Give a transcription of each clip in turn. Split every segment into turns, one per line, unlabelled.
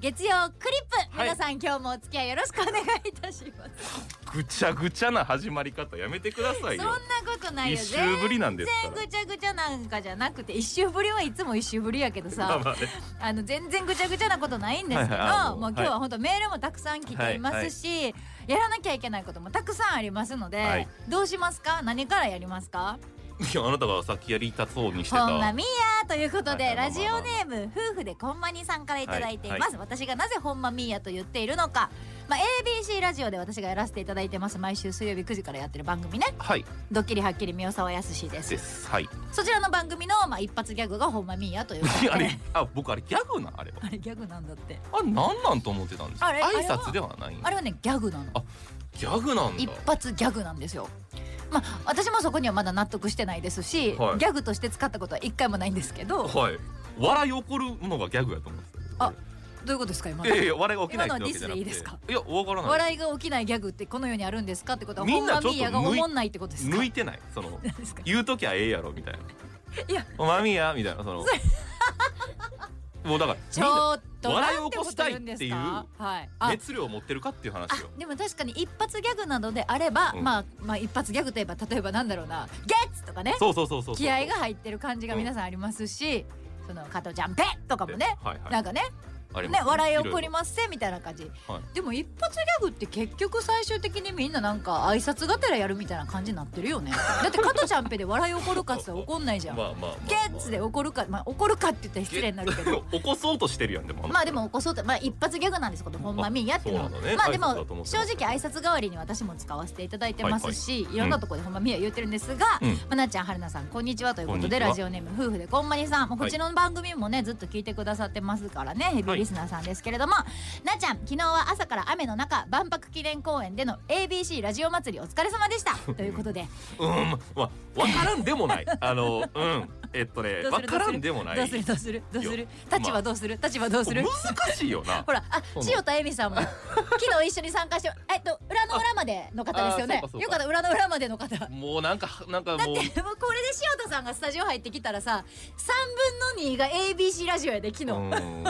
月曜クリップ、
はい
皆さん今日もお付き合いよろしくお願いいたします。
ぐちゃぐちゃな始まり方やめてくださ
そ
い
んな
よ
ことないよ。
一周ぶりなんですから
全然ぐちゃぐちゃなんかじゃなくて、一周ぶりはいつも一周ぶりやけど
まあ
さ、
まあね
あの全然ぐちゃぐちゃなことないんですけど、
はいはいあの
もう今日は本当メールもたくさん来ていますし、やらなきゃいけないこともたくさんありますので、
はい
どうしますか？何からやりますか？
いやあなたがさっきやりたそうにして
ほんま
た
みーやということで、
はい
ラジオネーム夫婦でこんまにさんからいただいています、
はい
私がなぜほんまみーやと言っているのかまあ、ABC ラジオで私がやらせていただいてます毎週水曜日9時からやってる番組ね
はい
ドッキリはっきり宮沢康です
ですはい
そちらの番組のまあ一発ギャグがほんまみーやということで
あれあ僕あれギャグなあれは
あれギャグなんだって
あれなんなんと思ってたんです
あれあれ
挨
は
拶ではない
あれはねギャグなの
あギャグなんだ
一発ギャグなんですよまあ私もそこにはまだ納得してないですし、
はい
ギャグとして使ったことは一回もないんですけどど
はい笑い起こるのがギャグやと思ってたけど
あういうことですか今
いやいや笑い起きないってわけじゃ
今のはディス
なくて
でいいですか
いやわからない
笑いが起きないギャグってこの世にあるんですかってことは
み
ほ
ん
ん
な
ま
ちょっと
ミーヤが思んないってことですか
抜いてないその
何ですか
言うときゃええやろみたいな。
いや
おまみやみたいなその。もうだから
ちょっと
みん
な
な
んこと言うんです
笑いを
か
起こ
はい
みんな
あ
熱量を持ってるかっていう話よ。
あでも確かに一発ギャグなどであれば、
うん
まあまあ一発ギャグといえば例えばなんだろうなゲッツとかね
そうそうそうそうそう。
気合が入ってる感じが皆さんありますし、その加藤ちゃんペッとかもね、
はいはい。
なんかね
あります
ね笑い起こり
ろ
ますせみたいな感じ、
は
でも一発ギャグって結局最終的にみんななんか挨拶がてらやるみたいな感じになってるよ ねだって加藤ちゃんペで笑い起こるかって言ったら怒んないじ
い
ゃ
ろ
ん
まあまあまあまあ。
ゲッツで怒るか、まあ、怒るかって言ったら失礼になるけど。
起こそうとしてるやんでも。
まあでも起こそうとまあ一発ギャグなんですけどほんまみーやっていうのは
そうなのね
まあで
挨拶だと思
も
って
正
ました
直挨拶代わりに私も使わせていただいてますし、い
い
ろんなところでほんまみーや言ってるんですが、
うん
まあなっちゃんはるなさんこんにちはということ
こんに
で
ちは
ラジオネーム夫婦でこんまにさんもう
は
こ
い
ちらの番組もねずっと聞いてくださってますからねヘビーリスナーさんですけれども、なっちゃん昨日は朝から雨の中万博記念公園での ABC ラジオ祭りお疲れ様でした ということで
うんまあわからんで もない。あのうんえっとね
どうする
わからんでもない。
どうするどうするどうす
い
る
や
立場どうする立場どうする
難しいよな
ほ。ら、あ、
そうなの
塩田恵美さんも昨日一緒に参加して、えっと裏の裏までの方ですよ
あ
ね
あそうか。そうか
よかった裏の裏までの方。だって
もうなんかなん
も
かも
う
う
これで塩田さんがスタジオ入ってきたらさ、三分の二が ABC ラジオやで昨日。
うん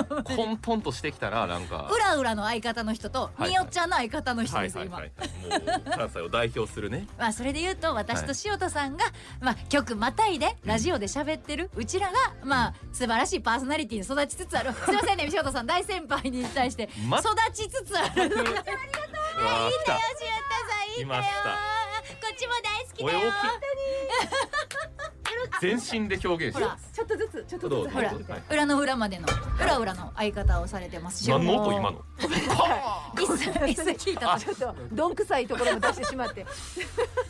混沌としてきたらなんか。
裏裏の相方の人と
いはい
みよちゃんの相方の人
は
で
い
すよ
はい
今
はいはい。もう関西を代表するね。
まあそれで言うと私と塩田さんがまあ曲またいでラジオで喋ってるうちらがまあ素晴らしいパーソナリティに育ちつつあ るすいませんね塩田さん大先輩に対して
ま
育ちつつある
う
よしやった
わー来た
ぞいいんだよ
いました
こちちも大好き
お
だ
絵
よ
おき全身で表現
ほ
して
ら
ます
ちょっとずつちょっと
どうぞ
ずつ
ほら
入ってきて
裏の裏までの裏裏の相方をされてますし
何の音今の
一切一切聞いたこと
ちょっとどんくさいところも出してし まって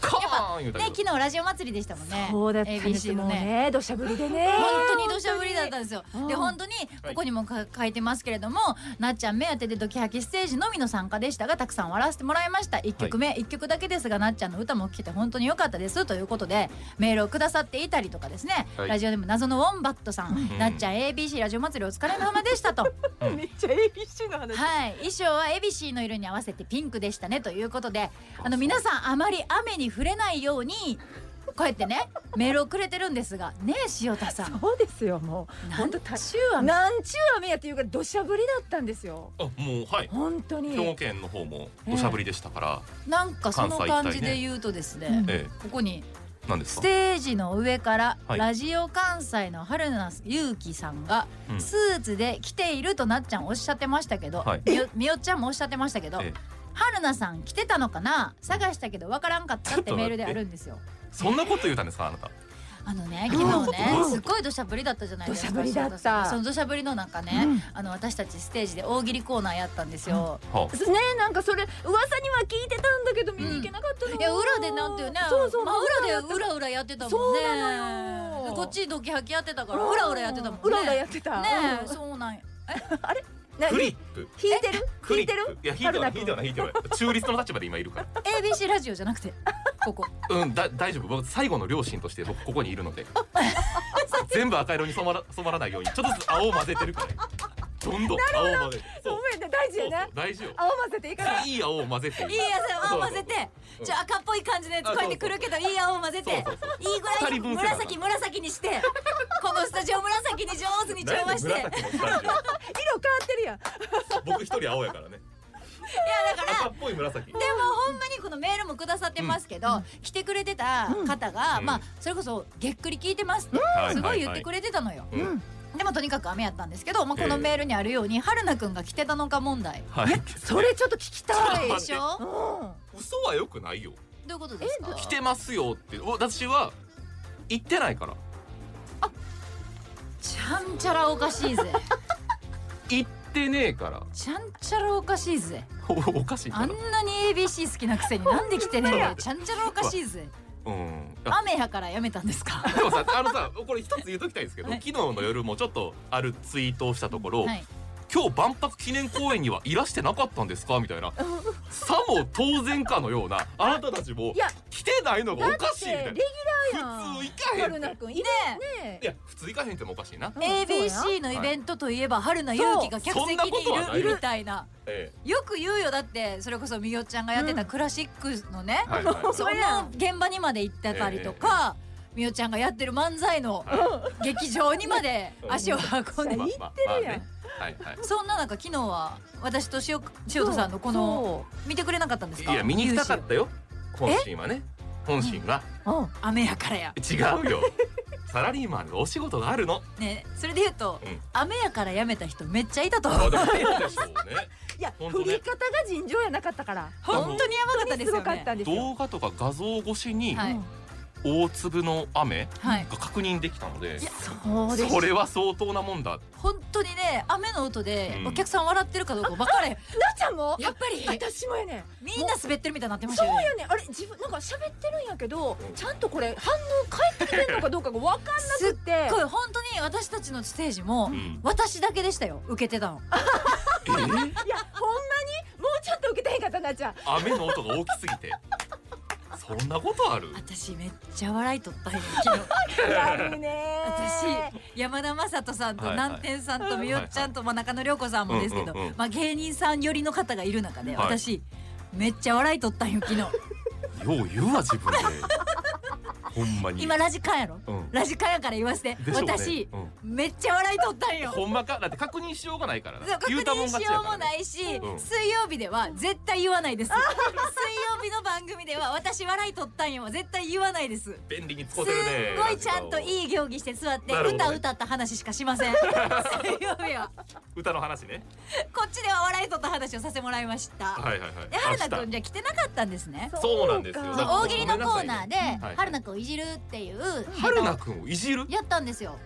カーン言うた
ね
けど
昨日ラジオ祭りでしたもんね
そうだったんです
ABC
も
の
う
ね
ね土砂降りでね
本当に土砂降りだったんですよ
本当。に
で本当にここにもか書いてますけれども、なっちゃん目当てでドキハキステージのみの参加でしたがたくさん笑わせてもらいました1曲目、一1曲だけですがなっちゃんの歌も聴けて本当に良かったですということでメールをくださっていたりとかですね、
はい
ラジオでも謎のウォンバットさん、
ん
なっちゃん ABC ラジオ祭りお疲れ様でしたとは
めっちゃ ABC の話
い衣装は ABC の色に合わせてピンクでしたねということであの皆さんあまり雨に触れないようにこうやってね メールをくれてるんですがねえ塩田さん
そうですよもう
なん
本当
ちゅう雨
なんちゅう雨やっていうから土砂降りだったんですよ
あもうはい
本当に
兵庫県の方も土砂降りでしたから、
なんかその
関西一帯ね
感じで言うとですね、
ええ
ここに
何です
ス
か
テージの上から
はい
ラジオ関西の春菜ゆうきさんが
うん
スーツで来ているとなっちゃんおっしゃってましたけど、
はい
みよみよっちゃんもおっしゃってましたけど、
ええ
春菜さん来てたのかな探したけどわからんかったっ
ち
て
ょっと待って
メールであるんですよ。
そんなこと言うたんですかあなた
あのね昨日
う
ね
ん
すっごい土砂降りだったじゃないですか
土砂降りだっ
塩
た
田さんその土砂降りの中ね、あの私たちステージで大喜利コーナーやったんですよ。
は
ねなんかそれ噂には聞いてたんだけど見に行けなかったの、
いや裏でなんていうね
そうそう、
まあ、裏
やっ
で
た
裏裏やってたもんね
そうなのよ
こっちドキハキやってたから裏裏やってたもんね
裏裏やってた
ねえ
うん
そうなんや
な
クリップ
引いてる
ク
引
リ
いてる
ップいや引いてない引いてない引いてない中立の立場で今いるか
ABC ラジオじゃなくてここ
らうんだ大丈夫僕最後の両親として僕ここにいるので全部赤色に染まら染まらないようにちょっとずつ青を混ぜてるからどんどん青を混ぜて
ごめんね大事
そうそ
よ
う
ね
大事よ
青混ぜていいから
いい青を混ぜ て
いいやつを混ぜ
う
て
ん
ちょ赤っぽい感じのやつこうやってくるけどいい青を混ぜていい
そうそう
ぐら
二
い
人分世だから
紫紫にしてこのスタジオ紫に上手に調和していやだ
なんで紫のスタジ
色変わってるやん
オ僕一人青やからね
から
赤っぽい紫
でもほんまにこのメールもくださってますけど、来てくれてた方が、
うん
まあそれこそげっくり聞いてますって、
うん
すごい言ってくれてたのよ、
うん
でもとにかく雨やったんですけど、まあ、このメールにあるように、春菜くんが着てたのか問題
はい
それちょっと聞きたい
でしょど
うん
嘘はよくないよ
ういうことですか
来てますよって私は行ってないから
ちゃんちゃらおかしいぜ
行ってねえから
ちゃんちゃらおかしいぜ
おおかしい
あ
か
ん
ら
なに ABC 好きなくせになんで来てねえんだよちゃんちゃらおかしい ぜ
うんあ
雨やからやめたんですか
でもさあのさこれ一つ言うときたいんですけど、
はい
昨日の夜もちょっとあるツイートをしたところ、
はい
今日万博記念公園にはいらしてなかったんですかみたいなさも当然かのようなあなたたちも
いや
来てないのがおかしいみ
だっ
いな
たてレギュラーやん
普通行かへん
春菜くんいねね
いや普通行かへんってもおかしいな、
うんそう
ABC のイベントといえば春菜勇気が客席にい
そうそんなことはない
るみたいな
え
よく言うよだってそれこそみよちゃんがやってたクラシックのね
え、はいはいはい
そんな現場にまで行ってたりとか、みよちゃんがやってる漫才 の
は
劇場にまで
うん
足を運んで、
うん
まあ
言ってる
まあま
やん
あねはいはい
そんな中昨日は私と塩
や
塩田さんのこの見てくれなかったんですか
いや見に行きたかったよ本心はね本心が
そううん
雨やからや
違うよサラリーマンのお仕事があるの
ねそれで言うと、
うん
雨やからやめた人めっちゃいたと思
あ
う
でもそうでしょうね
いや
本
振
当ね
り方が尋常やなかったから
本当にやばかったです
す
よ
ごかっ
ね
たんですよ
動画とか画像越しに
はい
大粒の雨
はい
が確認できたので、
いや
そうで
それは相当なもんだ
本当にね雨の音で
うん
お客さん笑ってるかどうか分からへん、
なちゃんも
やっぱり
私もやね
みんな滑ってるみたいになってまし
そ
た
う
よね
やねあれ自分なんか喋ってるんやけど
うん
ちゃんとこれ反応返ってきてんのかどうかが分かんなくって
すっごい本当に私たちのステージも、
うん
私だけでしたよ受けてたの
えー
いやほんまにもうちょっと受けてへんかったな ちゃん
雨の音が大きすぎてそんなことある
私めっちゃ笑いと ったよ昨日
悪いね
私山田雅人さんと
はいはい
南天さんとみよっちゃんとまあ中野涼子さんもですけど
うんうんうん
まあ芸人さん寄りの方がいる中で
はい
私めっちゃ笑いとったんよ昨日
よう言うわ自分でほんまに
今ラジカンやろ
うん
ラジカンやから言わせて
でしょうね
私
うん
めっちゃ笑いとったんよ
ほんまかだって確認しようがないからな
そう確
言うたも
認
ん勝
し
ちや
よう
か
も
らね
ないし、
うん
水曜日では絶対言わないです水曜日の番組ではは私笑い取ったんやは絶対言わないです
便利に使
す
っ
って
るね
ごいちゃんといい行儀して座って
なるほど
歌
ね
歌った話しかしません水曜日は
歌の話ね
こっちでは笑い取った話をさせてもらいました、
はいはいはい
で春菜
明
く
日
んじゃ来てなかったんですね
そうなんですよ
そう
だから
大喜利のコーナーで
ごめんなさいね
春菜くんをいじるっていう
春菜くんをいじる
やったんですよ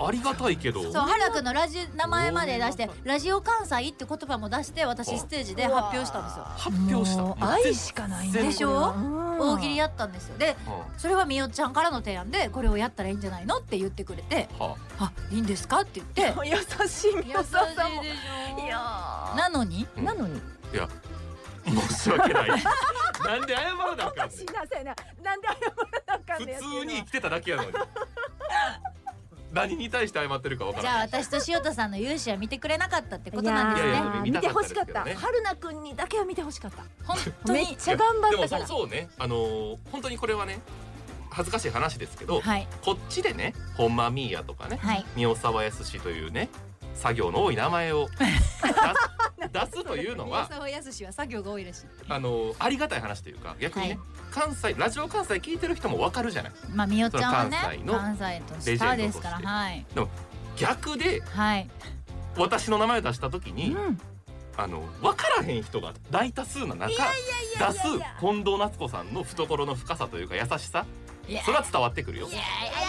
ありがたいけど
そう春菜くんのラジ名前まで出して「ラジオ関西」って言葉も出して私ステージで発表したんですよ
発表した
もう愛しかないんだよ
でしょ
うん
大喜利やったんですよで
うんは
それはみよちゃんからの提案でこれをやったらいいんじゃないのって言ってくれて
あ
「あいいんですか?」って言って
優 しい
優しいで
宮
しょ
沢さんもいや
なのに
な
なのに
いや申し 訳ないなんで謝らなあかんねん
なさいななんで謝らなあか
普
やっていうのは
通に生きてただけやのに何に対して謝ってるかわか
じ
ら
ゃあ
ない
私と塩田さんの勇姿は見てくれなかったってことなんです
いやい
ね
や
ー
見た
見て
か
ほ
ったです
し
けど
かっ
ね
た春菜くんにだけは見てほしかった
本当
めっ
に
ちゃ頑張
で
っ
も
たか
そう
ら
そうねあのー本当にこれはね恥ずかしい話ですけど、
はい
こっちでね本間ミーヤとかね
はい
三尾沢康というね作業の多い名前を出す出すというのは
沢康は作業が多いらしい
あのーありがたい話というか逆にね、
は
関西ラジオ関西聞いてる人もわかるじゃない
まあみよちゃんはね
その
関
関
西とスターですから
レジェンドとして
はい
逆で
はい
私の名前を出した時に、
うん
あの分からへん人が大多数の中
いや
出す近藤夏子さんの懐の深さというか優しさ
いや
それは伝わってくるよ
いや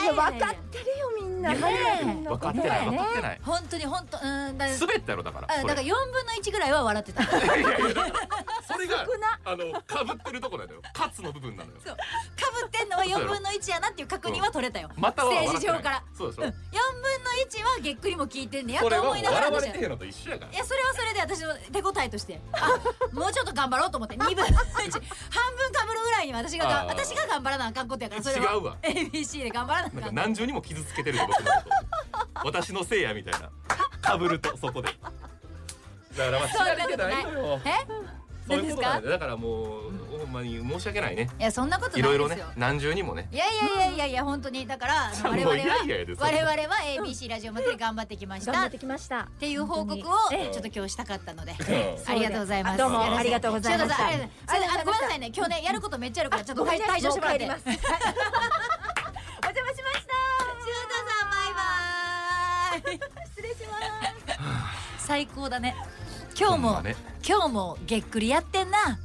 いや分かってるよみんな
ね
春菜くんの
分か
こ
っ
と
てない分
ね
かってない
本当に本当うんだ
滑ったやろだから
あ
そ
だ
れ
から4分の1ぐらいは笑ってたか
いやいやだからそれが
少な
あのかぶってるとこなのよカツの部分なのよ
ぶってんのは4分の1やなっていう確認は取れたよ、
または笑ってない
ステージ上から
そうでし
うん、4分の
ょ
1はげっくりも聞いてんねや
これ
と
はもう
思いながら
笑わ
私
れ
は
てへんのと一緒やから
いやそれはそれで私の手応えとしてあもうちょっと頑張ろうと思って2分の1半分かぶるぐらいに私がが
あー
私が頑張らなあかんことやからそれ
違
は
うわ
ABC で頑張らなあかん
なんか何重にも傷つけてるよ僕のこと私のせいやみたいなかぶるとそこでだからまあ知られてないのよ
え
そういうことなん
何
だよだからもうほんまに申し訳ないね
いやそんなことないで
い
すよ
ろいろね何重にもね
いやいやいやいやいや本当にだからあの
も
我
う
々はい
やいややでそんな
我々は ABC ラジオまで頑張ってきまし
頑張
た
っ
って
きました
ていう報告をちょ
え
っと今日したかったの で
うん
ありがとうございます
どうも
よろしく
ありがとうございまし
塩田
た
さんありがとうございますあごめんなさいね今日ねやることめっちゃあるからちょっと退退場してもらって
もう帰ります お
中田さ
邪魔しました
んバイバイ失礼します 最高だね今日
ほん
も、
まね
今日もげっくりやってんな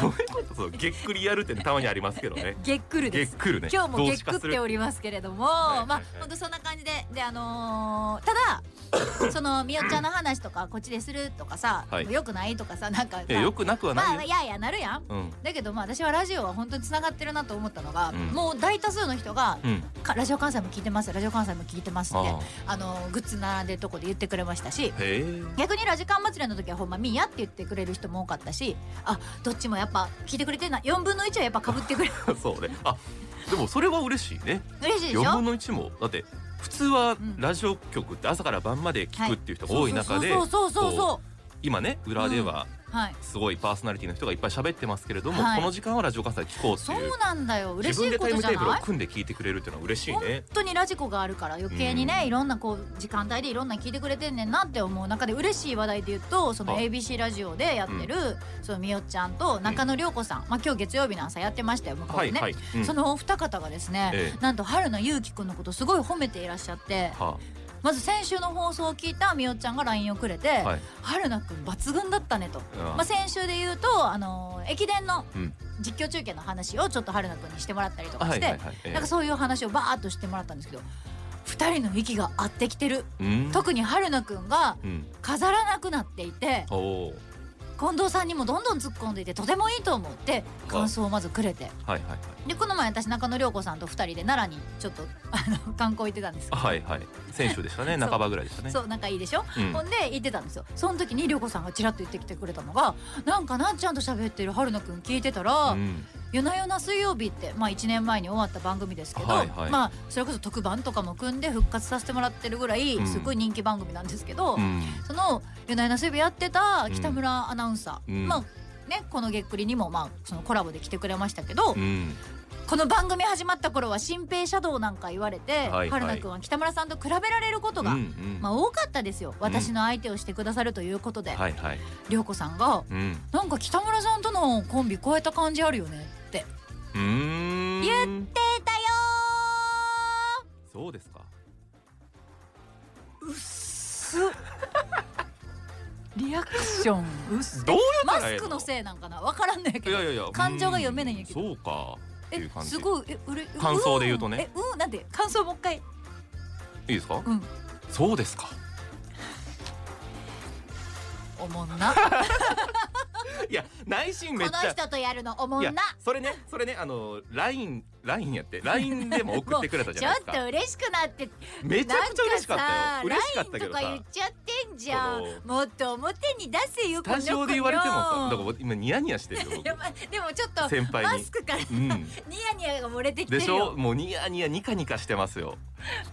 どういうことそうげっくりやるってねたまにありますけ どね
げっくる
げ
で
っ
す
くるね
今日も
動
げっ
詞化
くっ
する
ておりますけれども、
いはい
まあ本当そんな感じでであのーた だそのみよちゃんの話とかこっちでするとかさ、
はい
よくないとかさなんかさ
いやよくなくは
ま
な
あ
いよ
いやいやなるやん
うん
だけどまあ私はラジオは本当につながってるなと思ったのが、
うん
もう大多数の人が、
うん
かラジオ関西も聞いてますラジオ関西も聞いてますって
あ
あのグッズ並んでるとこで言ってくれましたし
あへえ
逆にラジカン祭りの時はほんまみーやって言ってくれる人も多かったしあどっちもやっぱ聞いてくれてんな4分の1はやっぱかぶってくれる
そうね。あ、でもそれは嬉しいね。
嬉しいでしょ
四分の一もだって普通は
ん
ラジオ局って朝から晩まで聞くっていう人が多い中で、
そうそうそうそうそう
こう今ね裏では
はい
すごいパーソナリティの人がいっぱい喋ってますけれども、
はい
この時間はラジオ関西聞こうって
そ
いう。
うなんだよ嬉
自
し
分
い
で
こ
タイ
と
ム
じゃ
テーブルを
ない
組んで聞いてくれるっていうのは嬉しい
本
ね。
当にラジコがあるから余計にね、
うん
いろんなこう時間帯でいろんな聞いてくれてんねんなって思う中で嬉しい話題で言うとその
あ
ABC ラジオでやってる、そのみよちゃんと中野涼子さん、まあ、今日月曜日の朝やってましたよ向こう
は
で
い
ね、
はい。うん
そのお二方がですね、
え
なんと春菜ゆうきくんのことすごい褒めていらっしゃって
は
まず先週の放送を聞いたみよちゃんが LINE をくれて、
あ、はい。
春菜くん抜群だったねと
うん
まあ、先週で言うと、あのー駅伝の
うん
実況中継の話をちょっと春菜くんにしてもらったりとかして、
はい。ええ
なんかそういう話をバーッとしてもらったんですけど2人の息が合ってきてる
うん。
特に春菜くんが
うん。
飾らなくなっていて
おおー。
近藤さんにもどんどん突っ込んでいてとてもいいと思って感想をまずくれて
はいはいはい。
でこの前私中野涼子さんと2人で奈良にちょっとあの観光行ってたんですよ
あはいはい。先週でしたね。
そう
半ばぐらいでしたね。
そう仲いいでしょ、
うん
ほんで言ってたんですよその時に涼子さんがちらっと言ってきてくれたのがなんかなっちゃんと喋ってる春菜くん聞いてたら、
うん。
夜な夜な水曜日って、まあ、1年前に終わった番組ですけど、
はいはい
まあ、それこそ特番とかも組んで復活させてもらってるぐらい
うん
すごい人気番組なんですけど、
うん。
その夜な夜な水曜日やってた北村アナウンサー、
うん
まあね、この「げっくり」にも、まあ、そのコラボで来てくれましたけど、
うん。
この番組始まった頃は「新兵シャドウ」なんか言われて、
いはい
春菜くんは北村さんと比べられることが、
うんうん
まあ、多かったですよ私の相手をしてくださるということで、
はいはい。
涼子さんが
うん。
「なんか北村さんとのコンビ超えた感じあるよね」って
うーん
言ってたよ
そうですか
ーリアクション薄
どうや
マ
ったらええ
スクのせいなんかなわからんねんけど
いやいやいや
感情が読めないんやけど
そうかっていう感じ
すごいえうれ
感想で言うとね
んえうんなんで感想もう一回
いいですか、
うん
そうですか
おもんな
いや内心
こ
め
の
っちゃ
人とやるのおもん
い
な
やそれねそれねあの LINE, LINE やって LINE でも送ってくれたじゃないです
もうちょっ
か
と嬉しくなって
めちゃくちゃ嬉しかったよ
なん
嬉
か
し
さ
かったけど
ライン
さ
とか言っちゃってんじゃん
その
もっと表に出せよ
スタジオで言われてもさだ
こ
か
の
ら今ニヤニヤしてるよ
子よいやまあでもちょっと
先輩に
マスクから
僕うん
ニヤニヤが漏れてきて
で
る
しょ
よ
もうニヤニヤニカニカしてますよ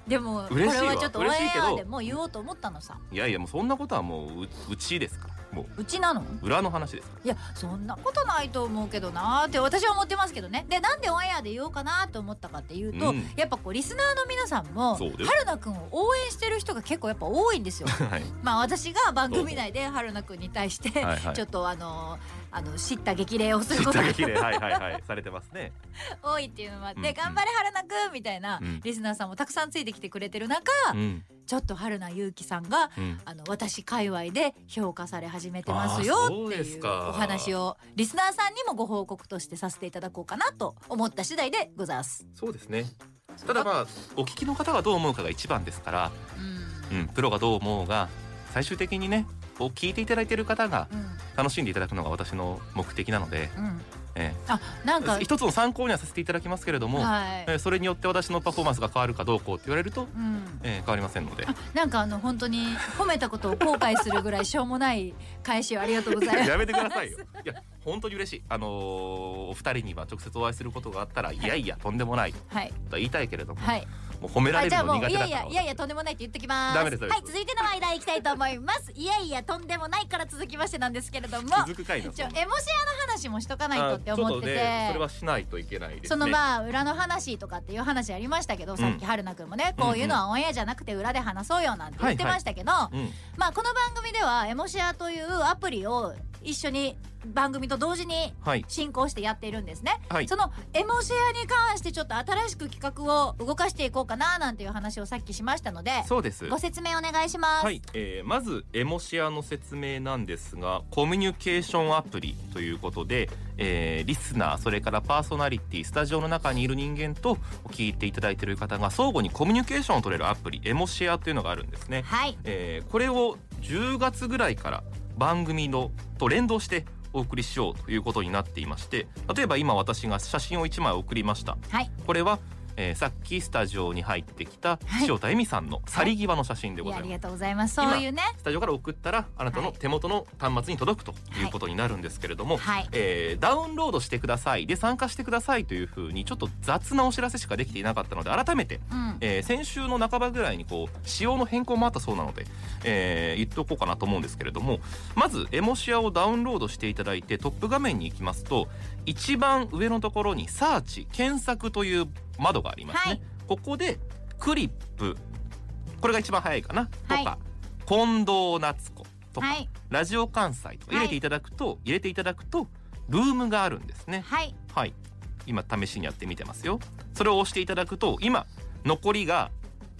でもこれ
嬉しいわ
はちょっとオンエ
嬉しいけど
アでもう言おうと思ったのさ
いやいやもうそんなことはもうううちですからも
うちなの
う裏の話ですから
いやそんなことないと思うけどなーって私は思ってますけどねでなんでオンエアで言おうかなと思ったかっていうと、
うん
やっぱこうリスナーの皆さんも
そうです
春菜くんを応援してる人が結構やっぱ多いんです よ
はい
まあ私が番組内で春菜くんに対して、
はいはい
ちょっとあのあの叱咤激励をする
知
こ
っ
と
た
が
激励はいはいはいされてますね
多いっていうのもあって、
うんうん
頑張れ春菜くんみたいな
うん
リスナーさんもたくさんついてきてくれてる中、
うん
ちょっと春菜ゆうきさんが
うん
あの私界隈で評価され始めてますよ
あーそう
って
で
い
す
う
か
お話をリスナーさんにもご報告としてさせていただこうかなと思った次第でございます。
そうですねただまあお聞きの方がどう思うかが一番ですから
うん
うんプロがどう思うが最終的にねを聞いていただいてる方が
うん
楽しんでいただくのが私の目的なので、
うん、
え
あなん
え
か
一つの参考にはさせていただきますけれども、
はい
え、えそれによって私のパフォーマンスが変わるかどうこうって言われると、
うん、
ええ変わりませんので
なんかあの本当に褒めたことを後悔するぐらいしょうもない返しをありがとうございます。
やめてくださいよいや本当に嬉しいあのーお二人には直接お会いすることがあったら、い、やいやとんでもないと
はい
は言いたいけれども、
はい。
もう褒めら
あ
れ
じゃ
る
あ
の
も
苦
うい
手だ
や
か
いや
ら
いやいやとんでもないって言ってきます。
ダメですダメ
は
で
い
す
続いての話題いきたいと思います。いやいやとんでもないから続きましてなんですけれども。
続くかいな
ちょエモ
そん
シ
な
アの話もしとかないとって
あちょ
思
っ
っ
と
てて、
ねそれはしないといけないですね
そのまあ裏の話とかっていう話ありましたけど、さっき春菜くんもねこういうのはオンエアじゃなくて裏で話そうよなんて言ってましたけど、
うん
まあこの番組ではエモシアというアプリを一緒に番組と同時に
はい
進行してやっているんですね、
はい
そのエモシアに関してちょっと新しく企画を動かしていこうかななんていう話をさっきしましたので
そうです
ご説明お願いします、
はい、えーまずエモシアの説明なんですがコミュニケーションアプリということで、えーリスナーそれからパーソナリティスタジオの中にいる人間と聞いていただいている方が相互にコミュニケーションを取れるアプリエモシアというのがあるんですね、
はい
えーこれを10月ぐらいから番組のと連動してお送りしようということになっていまして例えば今私が写真を1枚送りました
はい
これは、えーさっきスタジオに入ってきた塩田恵美さんの去り際の写真で
い
ござ
やあ
います
りがとうございますそういうね
スタジオから送ったらあなたの手元の端末に届くということになるんですけれども、
はい
えーダウンロードしてくださいで参加してくださいというふうにちょっと雑なお知らせしかできていなかったので改めて、
うん
えー先週の半ばぐらいにこう仕様の変更もあったそうなので、えー言っておこうかなと思うんですけれどもまずエモシアをダウンロードしていただいてトップ画面に行きますと一番上のところに「サーチ」「検索」という窓がありますね。
はい
ここでクリップこれが一番早いかな、
はい
とか近藤夏子とか、
はい
ラジオ関西とか入れていただくと、入れていただくとルームがあるんですね
はい
はい今試しにやってみてますよそれを押していただくと今残りが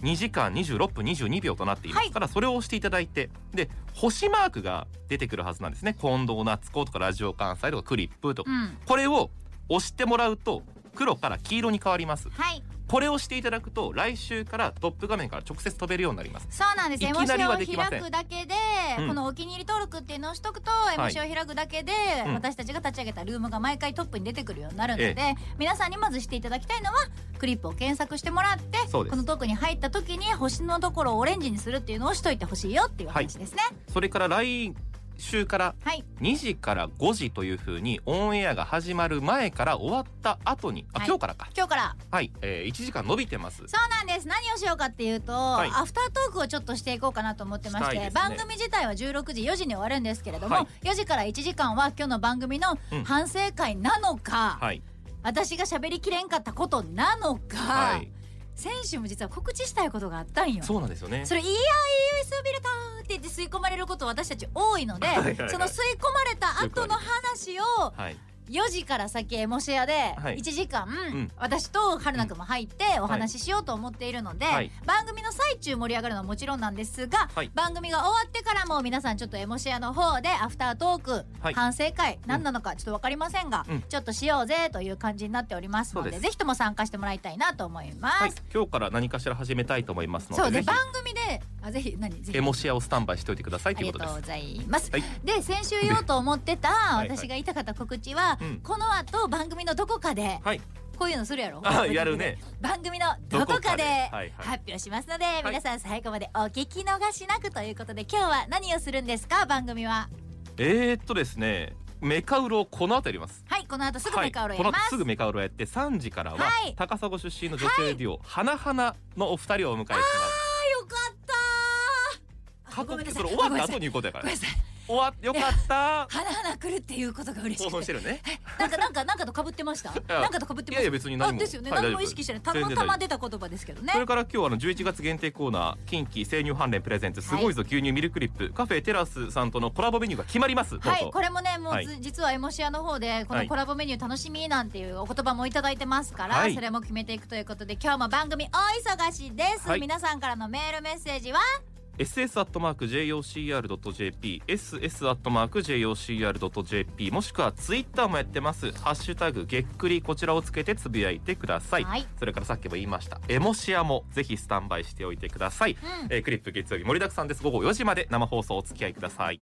2時間26分22秒となっていますから、それを押していただいてで星マークが出てくるはずなんですね近藤夏子とかラジオ関西とかクリップとか、
うん
これを押してもらうと黒から黄色に変わります
はい
これをしていただくと来週からトップ画面から直接飛べるようになります
そうなんです。
いき
MC
なりはでき
を
ません
開くだけで、
うん
このお気に入り登録っていうのをしとくと、
い
MC を開くだけで、
うん
私たちが立ち上げたルームが毎回トップに出てくるようになるので、
え
皆さんにまずしていただきたいのはクリップを検索してもらって、
そうです
このトークに入った時に星のところをオレンジにするっていうのをしといてほしいよっていう話ですね。
それから来週から
はい、
2時から5時というふうにオンエアが始まる前から終わった後にあ
はい
今日からか
今日から
はい、えー1時間伸びてます
そうなんです。何をしようかっていうと、
い
アフタートークをちょっとしていこうかなと思ってまし
した
て、
いですね
番組自体は16時4時に終わるんですけれども、
はい
4時から1時間は今日の番組の
うん
反省会なのか。
はい
私が喋りきれんかったことなのか、
はい
選手も実は告知したいことがあったんよ。
そうなんですよね
それ「いや EUS ビルター」って言って吸い込まれること私たち多いので
はいはいはい
その吸い込まれた後の話を
はい
4時から先エモシェアで
はい
1時間、
ん
私と春菜くんも入ってお話ししようと思っているので、
はい
番組の最中盛り上がるのはもちろんなんですが、
はい
番組が終わってからも皆さんちょっとエモシェアの方でアフタートーク、
はい
反省会何なのかちょっと分かりませんが、
うん
ちょっとしようぜという感じになっておりますので
そうです
ぜひとも参加してもらいたいなと思います。
はい、今日から何かしら始めたいと思いますので
そうで
ぜ
番組であぜひ何ぜ
ひ
ひ
エモシアをスタンバイしておいてください
あ
とい
り
うこと
が
で
とうご。
す
ざいます。
はい
で先週言おうと思ってた
いはい
私が言いたかった告知は、
うん
この後番組のどこかで
はい、
こういうのするやろ
あやるね。
番組のどこ
どこ
か
か
で
ではいはい
発表しますので、皆さん最後までお聞き逃しなくということで今日は何をするんですか番組は
えー、っとですね、メカウロをこの後やります。
はいこの後すぐメカウロ
は
や
いこ
り
の
ま
後
す、
すぐメカウロやって3時からは、
はい
高砂出身の女性デュオ、花花のお二人をお迎えしま
あよかった
す。
ーあごめんなさ
そ
い
れ終
ご
わ
めんな
った
さ
後
い
に言うことやか
ご
ら
めんな。さい
終わよかった。
花々来るっていうことが嬉し
興
く
奮して
て
るね。
なんかなんかなんかと被ってました
や
なんかと被って
い
ました
やいや別に何
あ
も。
ですよね、
はい
何も意識してないた
全
ま
然
た
大丈夫
ま出た言葉ですけどね
それから今日はあの11月限定コーナー近畿生乳関連プレゼンツすごいぞ牛乳ミルクリップ、カフェテラスさんとのコラボメニューが決まります。どう
はい
ぞ
これもねもうず、
はい
実はエモシアの方でこ
は
の
い
コラボメニュー楽しみなんていうお言葉もいただいてますから、
はい
それも決めていくということで今日も番組大忙しです、
はい
皆さんからのメールメッセージは
ss.jocr.jp ss.jocr.jp もしくはツイッターもやってます「ハッシュタグげっくり」こちらをつけてつぶやいてください、
はい
それからさっきも言いましたエモシアもぜひスタンバイしておいてください、
うん
えークリップ月曜日盛りだくさんです午後4時まで生放送お付き合いください